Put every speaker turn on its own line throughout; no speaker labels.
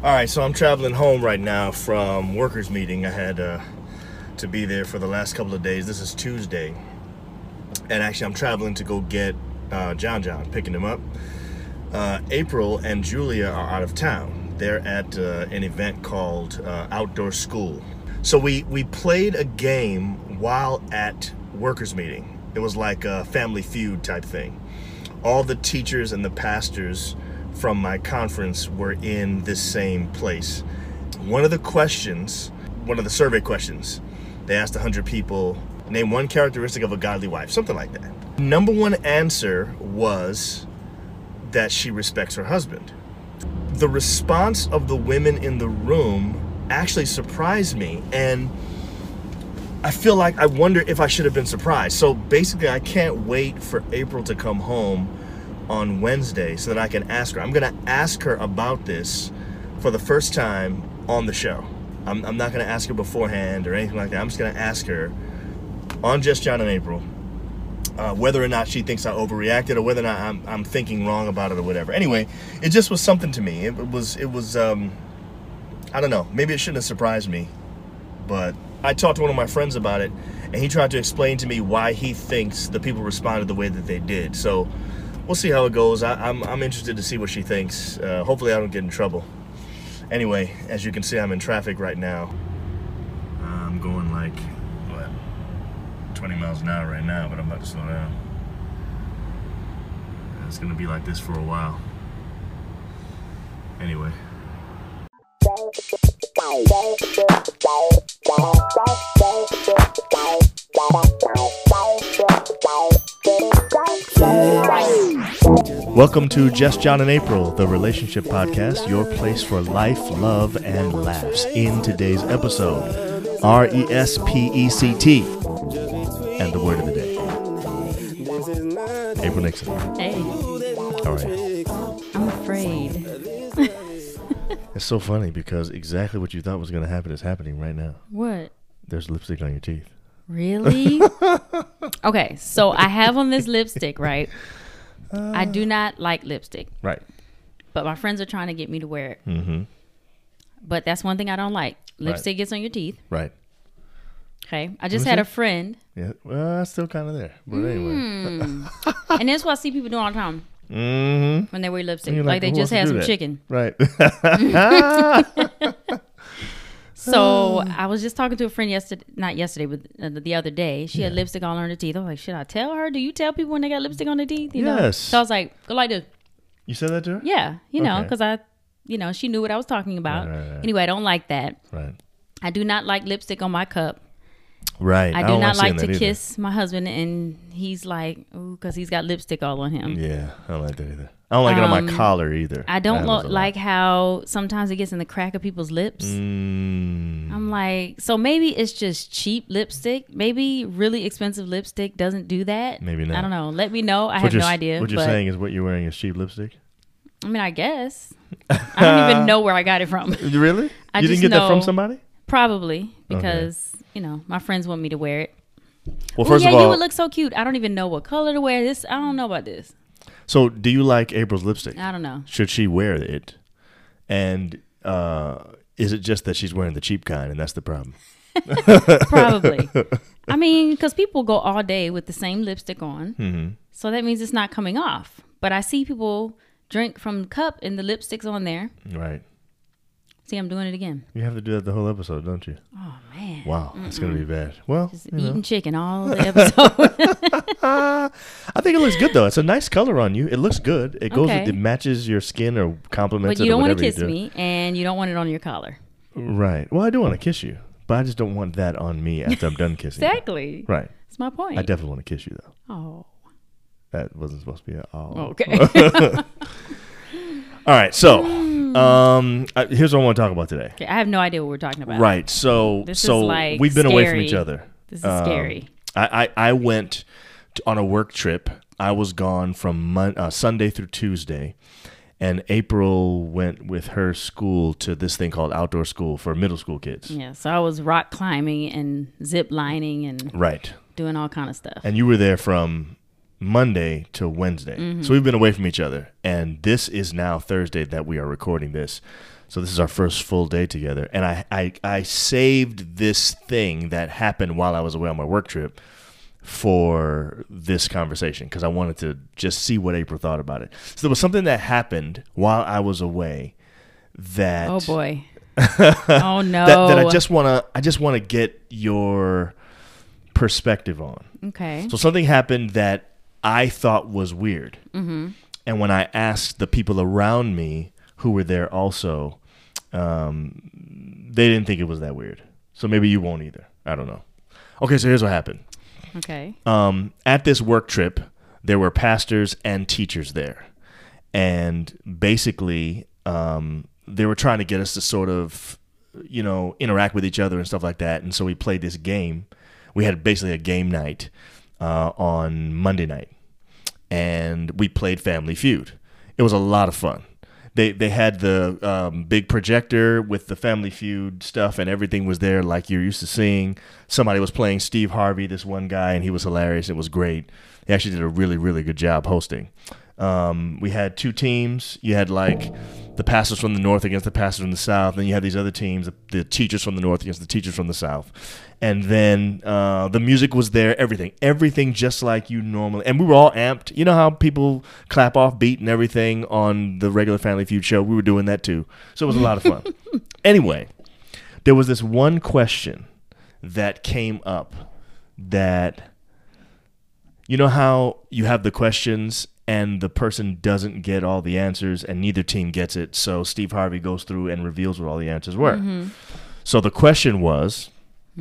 All right, so I'm traveling home right now from workers' meeting. I had uh, to be there for the last couple of days. This is Tuesday, and actually, I'm traveling to go get uh, John John, picking him up. Uh, April and Julia are out of town. They're at uh, an event called uh, Outdoor School. So we we played a game while at workers' meeting. It was like a Family Feud type thing all the teachers and the pastors from my conference were in this same place. One of the questions, one of the survey questions, they asked 100 people name one characteristic of a godly wife, something like that. Number one answer was that she respects her husband. The response of the women in the room actually surprised me and I feel like I wonder if I should have been surprised. So basically, I can't wait for April to come home on Wednesday so that I can ask her. I'm going to ask her about this for the first time on the show. I'm, I'm not going to ask her beforehand or anything like that. I'm just going to ask her on Just John and April uh, whether or not she thinks I overreacted or whether or not I'm, I'm thinking wrong about it or whatever. Anyway, it just was something to me. It was, it was, um, I don't know. Maybe it shouldn't have surprised me but I talked to one of my friends about it, and he tried to explain to me why he thinks the people responded the way that they did. So we'll see how it goes. I, I'm, I'm interested to see what she thinks. Uh, hopefully, I don't get in trouble. Anyway, as you can see, I'm in traffic right now. I'm going like, what, 20 miles an hour right now, but I'm about to slow down. It's going to be like this for a while. Anyway. Welcome to Just John and April, the relationship podcast, your place for life, love, and laughs. In today's episode, R E S P E C T, and the word of the day, April Nixon.
Hey,
All right.
I'm afraid.
It's so funny because exactly what you thought was going to happen is happening right now.
What?
There's lipstick on your teeth.
Really? okay, so I have on this lipstick, right? I
Uh.
do not like lipstick,
Right.
but my friends are trying to get me to wear it. Mm-hmm. But that's one thing I don't like. Lipstick gets on your teeth.
Right.
Okay. I just had a friend,
Yeah. Well, it's still kind of there. But
Hmm.
anyway.
and that's what I see people doing all the time
Mm-hmm.
when they wear lipstick.
You're like,
Like, they
"Who
just
wants to
had
do
some
that?"
chicken.
Right.
So I was just talking to a friend yesterday, not yesterday, but uh, the other day. She had lipstick all on her teeth. I'm like, should I tell her? Do you tell people when they got lipstick on their teeth? You Know?
Yes.
So I was like, go like this.
you said that to her?
Yeah, you know,
Okay.
because I, you know, she knew what I was talking about.
Right, right, right.
Anyway, I don't like that.
Right.
I do not like lipstick on my cup.
Right.
I do
don't
not
seeing
like to
that either.
kiss my husband, and he's like, ooh, because he's got lipstick all on him.
Yeah. I don't like that either. I don't like it on my collar either.
Um, I don't
That
lo-
happens a lot.
like how sometimes it gets in the crack of people's lips.
Mm,
I'm like, so maybe it's just cheap lipstick. Maybe really expensive lipstick doesn't do that.
Maybe
I
not.
don't know. Let me know.
what
I have
you're
no
s-
idea.
What you're
but,
saying is what you're wearing is cheap lipstick?
I mean, I guess. I don't even know where I got it from.
Uh, Really?
I
you
just
didn't get that from
know-
somebody?
Probably because you know my friends want me to wear it.
Well,
Ooh,
first
yeah,
of all,
you would look so cute. I don't even know what color to wear. This I don't know about this.
so do you like April's lipstick?
I don't know.
Should she wear it? And uh, is it just that she's wearing the cheap kind and that's the problem?
Probably. I mean, because people go all day with the same lipstick on,
Mm-hmm.
so that means it's not coming off. But I see people drink from the cup and the lipstick's on there.
Right.
See, I'm doing it again.
You have to do that the whole episode, don't you?
Oh man,
Wow, that's going to be bad. Well,
Just eating chicken all the episode.
I think it looks good though. It's a nice color on you. It looks good. It goes.
Okay.
It matches your skin or complements
but you
it or
don't want
whatever
to kiss
you do.
me, and you don't want it on your collar.
Right. Well, I do want to kiss you, but I just don't want that on me after I'm done kissing. you.
Exactly.
Right.
That's my point.
I definitely want to kiss you though.
oh,
That wasn't supposed to be at all.
okay.
All right. So,
Mm.
um, I, here's what I want to talk about today.
okay. I have no idea what we're talking about.
Right. So,
This is,
so
like,
we've been away from
scary.
each other.
This is
Um,
scary.
I, I, I went to, on a work trip. I was gone from mon- uh, Sunday through Tuesday, and April went with her school to this thing called outdoor school for middle school kids.
Yeah, so I was rock climbing and zip lining and
Right.
doing all kind of stuff.
And you were there from Monday to Wednesday. So we've been away from each other. And this is now Thursday that we are recording this. So this is our first full day together, and I I, I saved this thing that happened while I was away on my work trip for this conversation because I wanted to just see what April thought about it. So there was something that happened while I was away that
Oh boy. oh no.
that, that I just wanna I just wanna get your perspective on.
okay.
So something happened that I thought was weird. And when I asked the people around me who were there also, um, they didn't think it was that weird. So maybe you won't either. I don't know. Okay, so here's what happened.
Okay.
Um, at this work trip, there were pastors and teachers there. And basically, um, they were trying to get us to sort of, you know, interact with each other and stuff like that. And so we played this game. We had basically a game night uh, on Monday night. And we played Family Feud. It was a lot of fun. They, they had the um, big projector with the Family Feud stuff, and everything was there like you're used to seeing. Somebody was playing Steve Harvey, this one guy, and he was hilarious. It was great. He actually did a really, really good job hosting. Um, we had two teams. You had like the pastors from the north against the pastors from the south. Then you had these other teams, the, the teachers from the north against the teachers from the south. And then uh, the music was there, everything, everything just like you normally. And we were all amped. You know how people clap off beat and everything on the regular Family Feud show? We were doing that too. So it was a lot of fun. anyway, there was this one question that came up that you know how you have the questions and the person doesn't get all the answers and neither team gets it so steve harvey goes through and reveals what all the answers were so the question was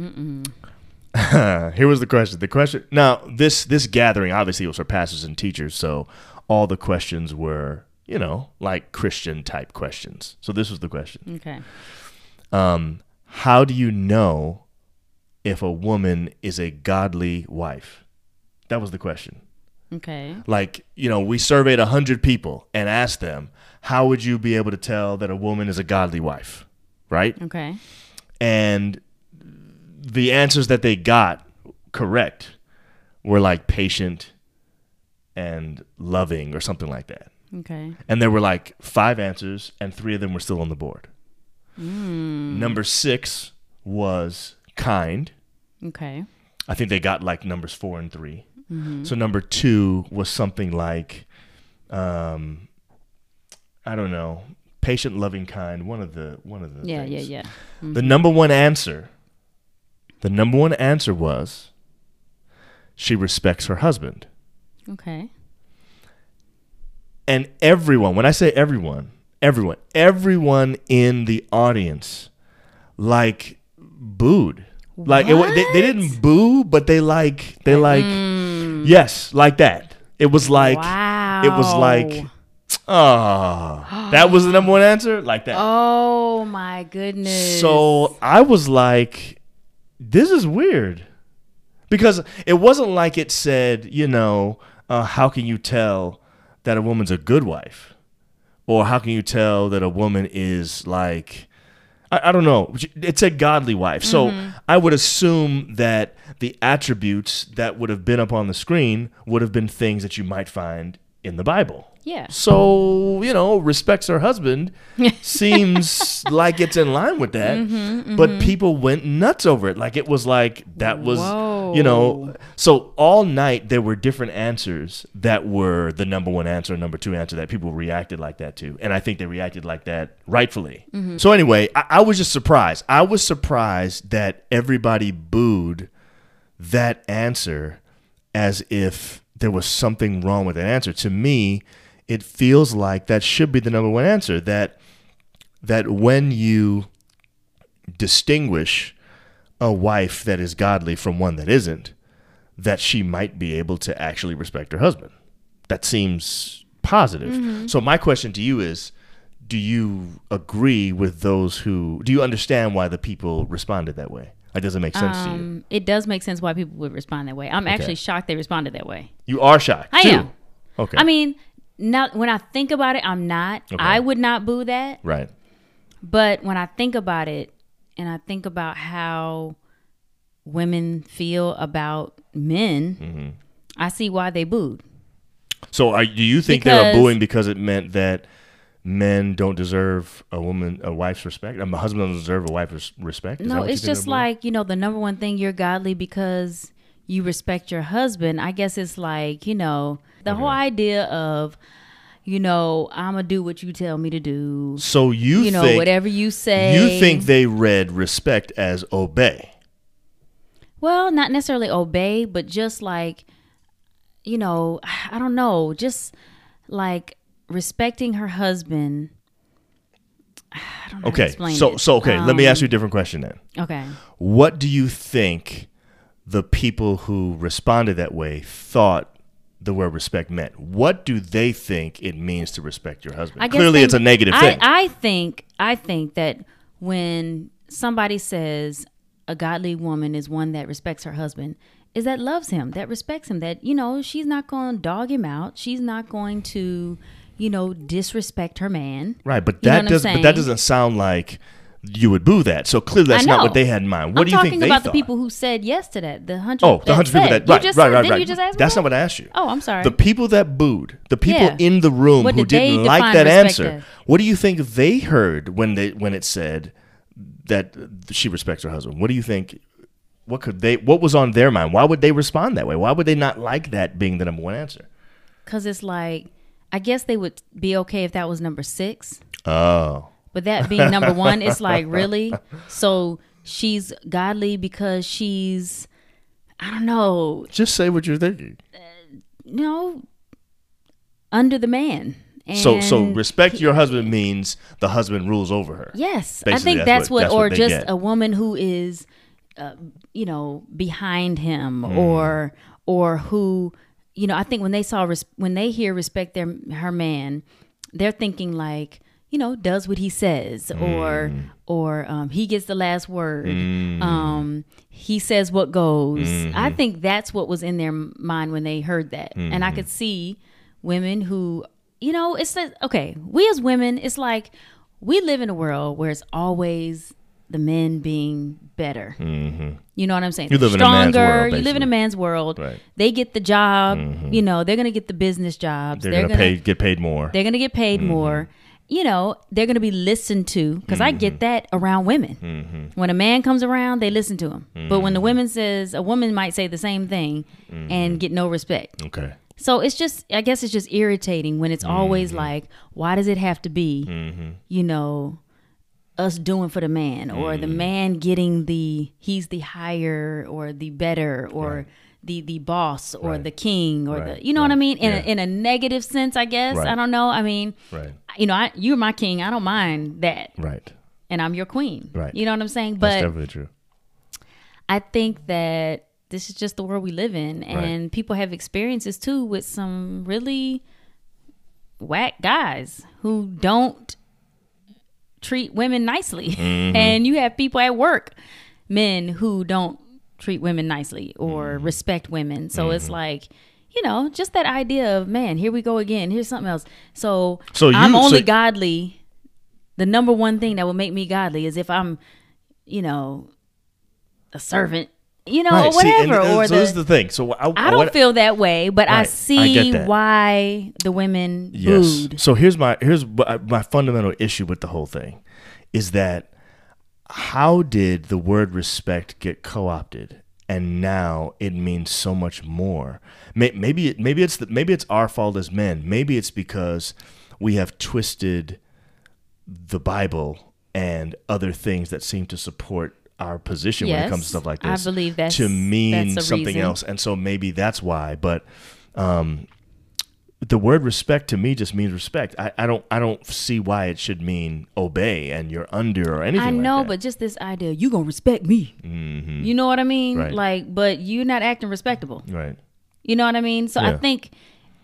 here was the question the question now this this gathering obviously was for pastors and teachers so all the questions were you know like christian type questions so this was the question
Okay.
um, how do you know if a woman is a godly wife? That was the question.
Okay.
Like, you know, we surveyed 100 people and asked them, how would you be able to tell that a woman is a godly wife? Right?
Okay.
And the answers that they got correct were like patient and loving or something like that.
Okay.
And there were like five answers, and three of them were still on the board.
Hmm.
Number six was kind.
Okay.
I think they got like numbers four and 3
Mm-hmm.
So number two was something like, um, I don't know, patient, loving, kind. One of the one of the
Yeah, yeah,
things.
yeah. Mm-hmm.
The number one answer, the number one answer was, she respects her husband.
Okay.
And everyone, when I say everyone, everyone, everyone in the audience, like booed. Like it, wa- they, they didn't boo, but they like they like yes, like that. It was like
wow.
it was like ah, that was the number one answer like that.
Oh my goodness.
So I was like, this is weird. Because it wasn't like it said, you know, uh, how can you tell that a woman's a good wife? Or how can you tell that a woman is like, I, I don't know. It said godly wife. So I would assume that the attributes that would have been up on the screen would have been things that you might find in the Bible.
yeah.
So, you know, respects her husband seems like it's in line with that. But people went nuts over it. Like it was like that was you know, so all night there were different answers that were the number one answer, number two answer that people reacted like that to. And I think they reacted like that rightfully. So anyway, I, I was just surprised. I was surprised that everybody booed that answer as if there was something wrong with that answer. To me, it feels like that should be the number one answer that that when you distinguish a wife that is godly from one that isn't, that she might be able to actually respect her husband. That seems positive.
Mm-hmm.
So my question to you is do you agree with those who do you understand why the people responded that way? Like does it make sense to you?
Um, it does make sense why people would respond that way. I'm actually shocked they responded that way.
You are shocked.
I
too.
am.
Okay.
I mean, now when I think about it, I'm not. I would not boo that.
right.
But when I think about it, and I think about how women feel about men,
Mm-hmm.
I see why they booed.
So, are, do you think they were
Because-
booing because it meant that men don't deserve a woman, a wife's respect. Um, a husband doesn't deserve a wife's respect. Is that
no,
what you
it's
think
just
about it?
like, you know, the number one thing you're godly because you respect your husband. I guess it's like, you know, the whole idea of, you know, I'm going to do what you tell me to do.
So you,
You, know,
think,
whatever you say.
You think they read respect as obey?
Well, not necessarily obey, but just like, you know, I don't know, just like respecting her husband. I don't know. how to
Okay.
explain
So
it. Um,
so okay. let me ask you a different question then.
Okay.
What do you think the people who responded that way thought the word respect meant? What do they think it means to respect your husband?
I guess
Clearly,
they-
it's a negative
I,
thing.
I think I think that when somebody says a godly woman is one that respects her husband, is that loves him, that respects him, that you know she's not going to dog him out, she's not going to, you know, disrespect her man.
right, but
You know
that
what I'm
does but that
saying?
doesn't sound like you would boo that. So clearly, that's
I
not
know.
what they had in mind. What
I'm
do you
talking
think they
about
thought?
the people who said yes to that. The hundred.
Oh, the
that
hundred people
said.
that right,
you just
right,
said,
right,
didn't
right.
you just ask me
That's
that?
not what I asked you.
Oh, I'm sorry.
The people that booed, the people
Yeah.
in the room
What
who
did they
didn't like
define
that
respect
answer.
as?
What do you think they heard when they when it said that she respects her husband? What do you think? What could they? What was on their mind? Why would they respond that way? Why would they not like that being the number one answer?
Because it's like, I guess they would be okay if that was number six,
Oh,
but that being number one, it's like really. So she's godly because she's, I don't know,
just say what you're thinking.
you know, under the man. And
so, so respect your husband means the husband rules over her.
Yes, I
Basically,
think
that's
that's
what-
what,
that's
or
what they
just
get.
a woman who is, uh, you know, behind him, or or who, you know, I think when they saw res- when they hear respect their her man, they're thinking like, you know, does what he says, or or um, he gets the last word, um, he says what goes. I think that's what was in their m- mind when they heard that, and I could see women who you know it's like okay we as women it's like we live in a world where it's always the men being better you know what i'm saying
You live in a man's world,
you live in
basically.
a man's world
Right. Mm-hmm.
they get the job you know they're gonna get the business jobs
They're, gonna, pay, Mm-hmm. get paid more.
they're gonna get paid more you know they're gonna be listened to because i
Mm-hmm.
get that around women when a man comes around they listen to him but
Mm-hmm.
when the woman says a woman might say the same thing and get no respect
Okay.
so it's just, I guess it's just irritating when it's always
Mm-hmm.
like, why does it have to be, you know, us doing for the man or the
Mm-hmm.
man getting the, he's the higher or the better or the, the boss or the king or
Right.
the, you know what I
Right.
mean? In,
Yeah.
a, in a negative sense, I guess.
Right.
I don't know. I mean,
Right.
you know, I, you're my king. I don't mind that.
Right.
And I'm your queen.
Right.
You know what I'm saying?
That's
But
definitely true.
I think that this is just the world we live in, and people have experiences too with some really whack guys who don't treat women nicely.
Mm-hmm.
and you have people at work, men who don't treat women nicely or
Mm-hmm.
respect women. So it's like, you know, just that idea of man, here we go again. Here's something else. So,
So
I'm
you-
only
so-
godly. The number one thing that will make me godly is if I'm, you know, a servant, you know, or
see, and
Oh, whatever.
th-
or
so
the,
this is the thing. So I,
I don't
what-
feel that way, but I
Right. I get
see
that.
why the women
Yes.
booed.
So here's my here's my my fundamental issue with the whole thing is that how did the word respect get co-opted and now it means so much more? May- Maybe it, maybe it's the, maybe it's our fault as men. Maybe it's because we have twisted the Bible and other things that seem to support our position when it
Yes,
comes to stuff like
I
this
believe that's-
to mean
that's a
something
reason.
else and so maybe that's why but the word respect to me just means respect. I, I don't I don't see why it should mean obey and you're under or anything.
I know,
like that. Mm-hmm.
but just this idea, you gonna respect me. You know what I mean?
Right.
Like, but you're not acting respectable.
right,
You know what I mean? So
Yeah.
I think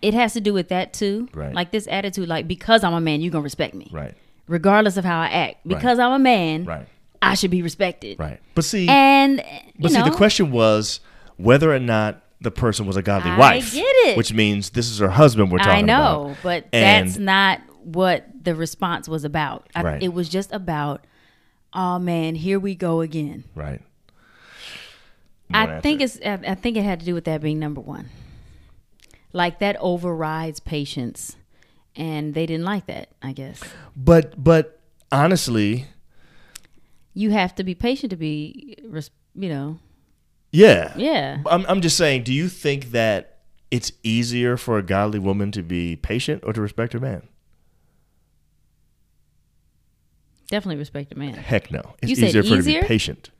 it has to do with that too.
Right.
Like this attitude, like because I'm a man, you're gonna respect me.
right,
Regardless of how I act. Because I'm a man,
right,
I should be respected.
right. But see,
And you
but see,
know,
the question was whether or not the person was a godly
I
wife.
get it.
Which means this is her husband we're talking
I know,
about.
but
And-
that's not what the response was about. I,
Right.
It was just about, oh man, here we go again.
Right.
I
One
think it's. I I think it had to do with that being number one. Like that overrides patience, and they didn't like that. I guess
But but honestly,
you have to be patient to be, res- you know,
yeah.
yeah.
I'm I'm just saying, do you think that it's easier for a godly woman to be patient or to respect her man?
Definitely respect a man.
Heck no. It's
You said
easier for her to
easier?
be patient,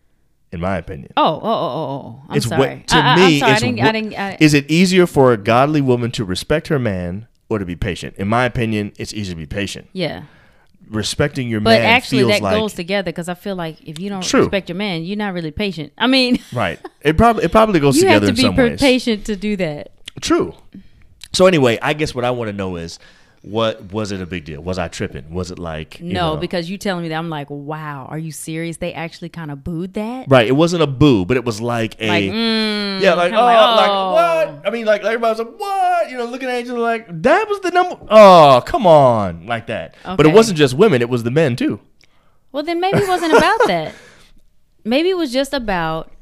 in my opinion.
Oh, oh, oh, oh, oh. I'm
it's
sorry.
what to
I, I,
me
I'm sorry.
it's
I didn't,
what-
I didn't, I,
is it easier for a godly woman to respect her man or to be patient? In my opinion, it's easier to be patient.
yeah.
Respecting your
But
man
actually,
feels
that
like
goes together because I feel like if you don't
True.
respect your man, you're not really patient. I mean,
right. It probably it probably goes
you have
together
to
in
be
some
per-
ways.
patient to do that.
True. So anyway, I guess what I want to know is what was it a big deal? Was I tripping? Was it like you
No,
know-
because you telling me that I'm like, wow, are you serious? They actually kind of booed that.
Right, it wasn't a boo, but it was like a
Like, mm.
yeah, like oh,
kinda like,
like what? I mean, like everybody's like what? You know, looking at each other like that was the number. Oh, come on, like that. But it
Okay.
wasn't just women; it was the men too.
Well, then maybe it wasn't about that. Maybe it was just about.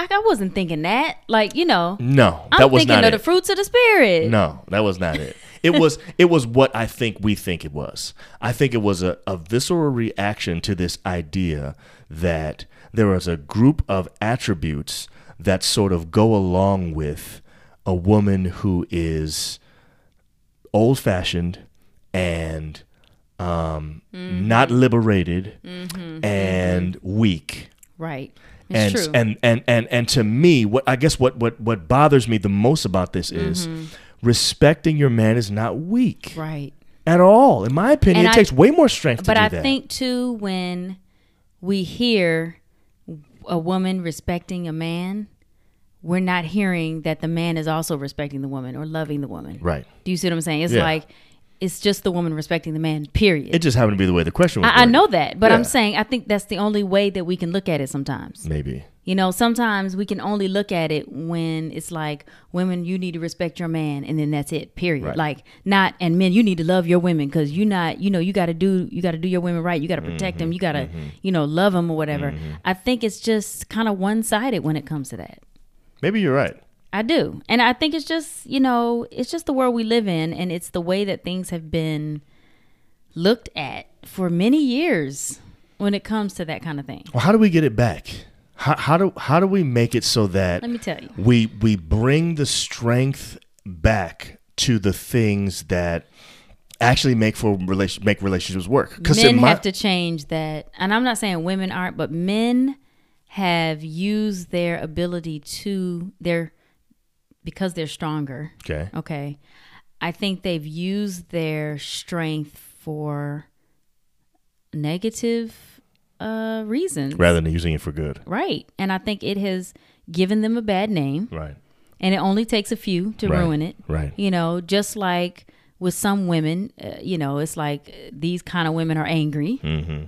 Like, I wasn't thinking that. Like you know,
No,
I'm
Mm, that was
thinking
not
of
it.
the fruits of the spirit.
No, that was not it. It was it was what I think we think it was. I think it was a, a visceral reaction to this idea that there is a group of attributes that sort of go along with a woman who is old fashioned and um, not liberated and weak
Right.
and,
It's true.
and and and and to me what i guess what what what bothers me the most about this is respecting your man is not weak
Mm-hmm. right.
at all in my opinion
And
it
I-
takes way more strength
But
to do
I
that
think too when we hear a woman respecting a man, we're not hearing that the man is also respecting the woman or loving the woman.
right
Do you see what I'm saying? It's
Yeah.
like it's just the woman respecting the man. Period.
it just happened to be the way the question was
I, I
worded.
know that, but
Yeah.
I'm saying I think that's the only way that we can look at it sometimes.
maybe
You know, sometimes we can only look at it when it's like women, you need to respect your man, and then that's it. Period.
Right.
Like not, and men, you need to love your women because you not, you know, you got to do, you got to do your women right. You got to protect them. You got to, you know, love them or whatever. I think it's just kind of one sided when it comes to that.
maybe you're right
I do, and I think it's just, you know, it's just the world we live in, and it's the way that things have been looked at for many years when it comes to that kind of thing.
well how do we get it back how, how do how do we make it so that
Let me tell you.
we we bring the strength back to the things that actually make for relation make relationships work because
men have to change that and i'm not saying women aren't but men have used their ability to their because they're stronger
okay
okay i think they've used their strength for negative uh reasons
rather than using it for good
right and i think it has given them a bad name
right
and it only takes a few to
Right.
ruin it
Right.
you know just like with some women uh, you know it's like uh, these kind of women are angry
Mm-hmm.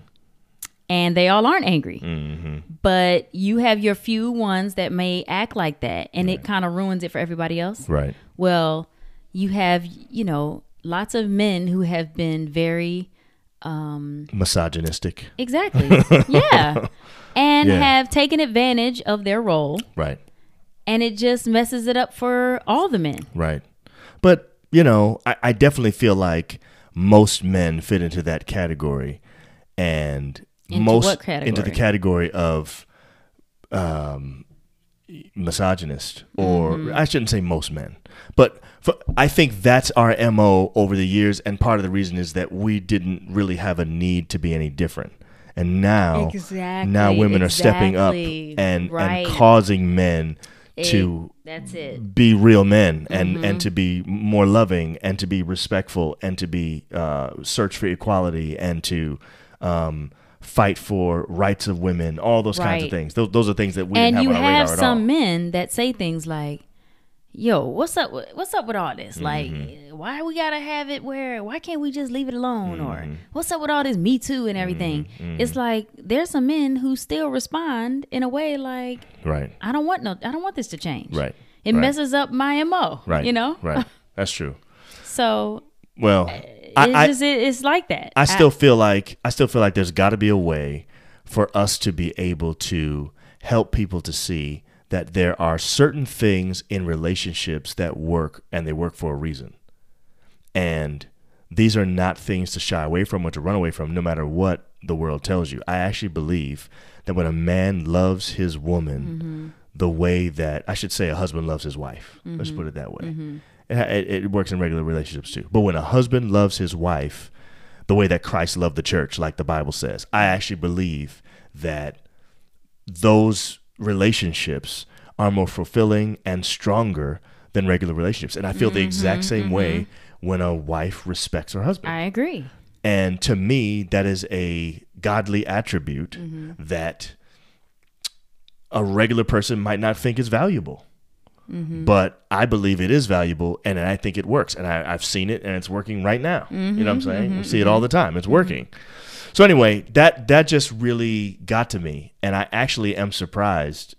and they all aren't angry but you have your few ones that may act like that and it kind of ruins it for everybody else
Right.
well you have you know lots of men who have been very
Misogynistic.
exactly yeah and
Yeah.
have taken advantage of their role
Right.
and it just messes it up for all the men
Right. But, you know, I, I definitely feel like most men fit into that category and
Into
most
what category?
into the category of um misogynist or
Mm-hmm.
I shouldn't say most men. But for, I think that's our MO over the years and part of the reason is that we didn't really have a need to be any different. And now
Exactly,
now women are stepping up
exactly,
and
right.
and causing men to
that's it
be real men and
Mm-hmm.
and to be more loving and to be respectful and to be uh, search for equality and to um, fight for rights of women all those kinds of
Right.
things those, those are things that we
and
didn't
you
have on our
have
radar
some
at all
men that say things like yo what's up with, what's up with all this
Mm-hmm.
like why we gotta have it where why can't we just leave it alone
Mm-hmm.
or what's up with all this me too and everything it's like there's some men who still respond in a way like
right
i don't want no i don't want this to change
Right,
it
right.
messes up my mo
right
you know
right that's true
so
well
it's
I, I,
just it, it's like that
I still feel like I still feel like there's got to be a way for us to be able to help people to see that there are certain things in relationships that work and they work for a reason. And these are not things to shy away from or to run away from, no matter what the world tells you. I actually believe that when a man loves his woman the way that, I should say, a husband loves his wife, let's put it that way. It, it, it works in regular relationships too. But when a husband loves his wife the way that Christ loved the church, like the Bible says, I actually believe that those relationships are more fulfilling and stronger than regular relationships. And I feel the exact same way when a wife respects her husband.
I agree.
and to me, that is a godly attribute that a regular person might not think is valuable. But I believe it is valuable and I think it works. And I, I've seen it and it's working right now. you know what I'm saying? We see it all the time. It's working. So anyway, that that just really got to me. And I actually am surprised.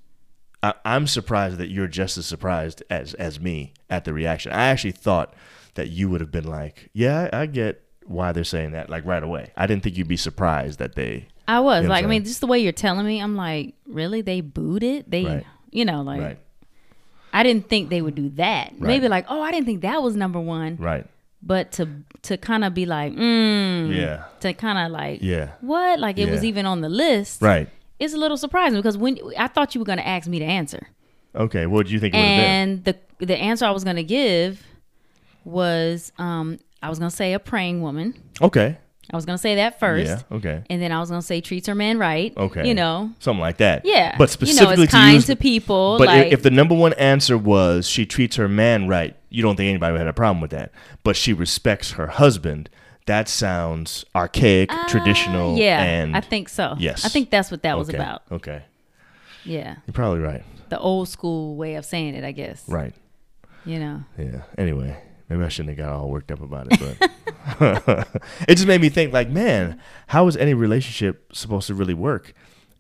I, I'm surprised that you're just as surprised as as me at the reaction. I actually thought that you would have been like, Yeah, I, I get why they're saying that, like right away. I didn't think you'd be surprised that they
I was
Yeah, I'm
like, I mean,
sorry.
just the way you're telling me, I'm like, really? They booted? They,
Right.
you know, like,
Right.
I didn't think they would do that. Maybe like, oh, I didn't think that was number one,
Right.
but to to kind of be like, mm,
Yeah.
to kind of like,
Yeah.
what? Like it was
Yeah.
even on the list.
Right.
It's a little surprising because when I thought you were going to ask me to answer,
Okay. What do you think it would have been?
and the the answer I was going to give was, um, I was going to say a praying woman.
Okay.
I was going to say that first.
Yeah. Okay.
And then I was gonna say treats her man right.
Okay.
You know,
Something like that.
Yeah.
But
you
specifically
know, it's
to
kind
use-
to people.
But i-
like,
if, the number one answer was she treats her man right, you don't think anybody would have a problem with that. But she respects her husband. That sounds archaic, traditional,
Uh, yeah,
and
I think so.
Yes.
I think that's what that was
okay,
about.
Okay,
Yeah,
you're probably right.
the old school way of saying it, I guess.
Right.
You know,
Yeah. Anyway, maybe I shouldn't have got all worked up about it, but it just made me think like, man, how is any relationship supposed to really work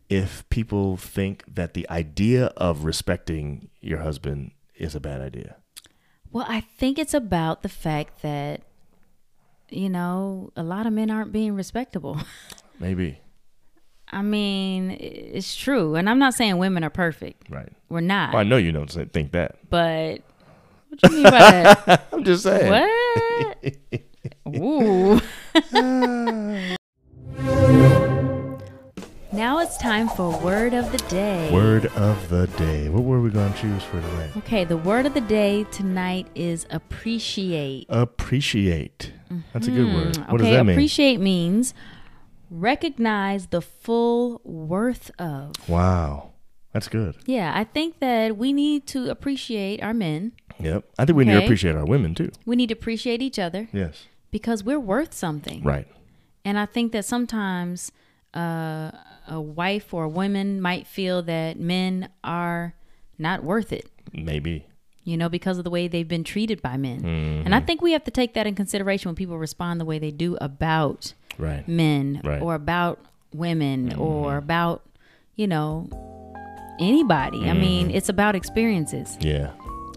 if people think that the idea of respecting your husband is a bad idea?
well, I think it's about the fact that you know a lot of men aren't being respectable.
Maybe.
I mean, i- it's true, and I'm not saying women are perfect.
Right.
We're not,
Well, I know you don't say- think that.
but what do you mean by that?
I'm just saying.
What? Ooh. now it's time for word of the day.
Word of the day. What were we going to choose for today?
Okay, the word of the day tonight is appreciate.
Appreciate. That's a good word. What
Mm-hmm. okay,
does that mean?
appreciate means recognize the full worth of.
wow. That's good.
Yeah, I think that we need to appreciate our men.
Yep. I think we need to
Okay.
appreciate our women too.
We need to appreciate each other
Yes.
because we're worth something.
Right.
And I think that sometimes uh, a wife or a woman might feel that men are not worth it,
Maybe.
you know, because of the way they've been treated by men.
Mm-hmm.
And I think we have to take that in consideration when people respond the way they do about
Right.
men
Right. Mm-hmm.
or about women or about, you know, anybody. I
Mm-hmm.
mean, it's about experiences.
Yeah.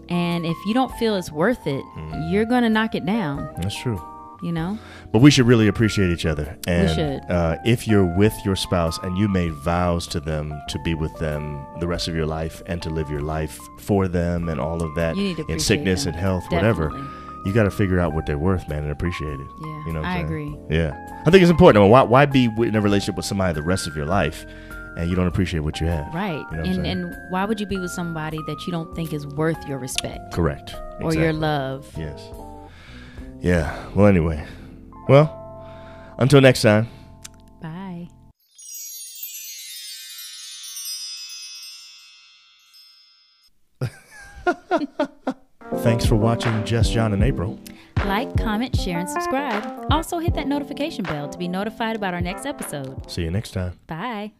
And if you don't feel it's worth it,
Mm-hmm.
you're going to knock it down,
That's true.
you know?
But we should really appreciate each other. And
should.
Uh, if you're with your spouse and you made vows to them to be with them the rest of your life and to live your life for them and all of that
You need to
in
appreciate
sickness
them.
and health, whatever.
Definitely.
you got to figure out what they're worth, man, and appreciate it.
Yeah,
you know what
I
I'm
agree.
saying? Yeah, I think it's important. I mean, why, why be w- in a relationship with somebody the rest of your life, and you don't appreciate what you have?
Right.
You know what I'm
and
saying?
and why would you be with somebody that you don't think is worth your respect
Correct.
or your love?
Yes. Yeah. Well, anyway. Well, until next time.
Bye.
Thanks for watching Just John and April.
Like, comment, share, and subscribe. Also, hit that notification bell to be notified about our next episode.
See you next time.
Bye.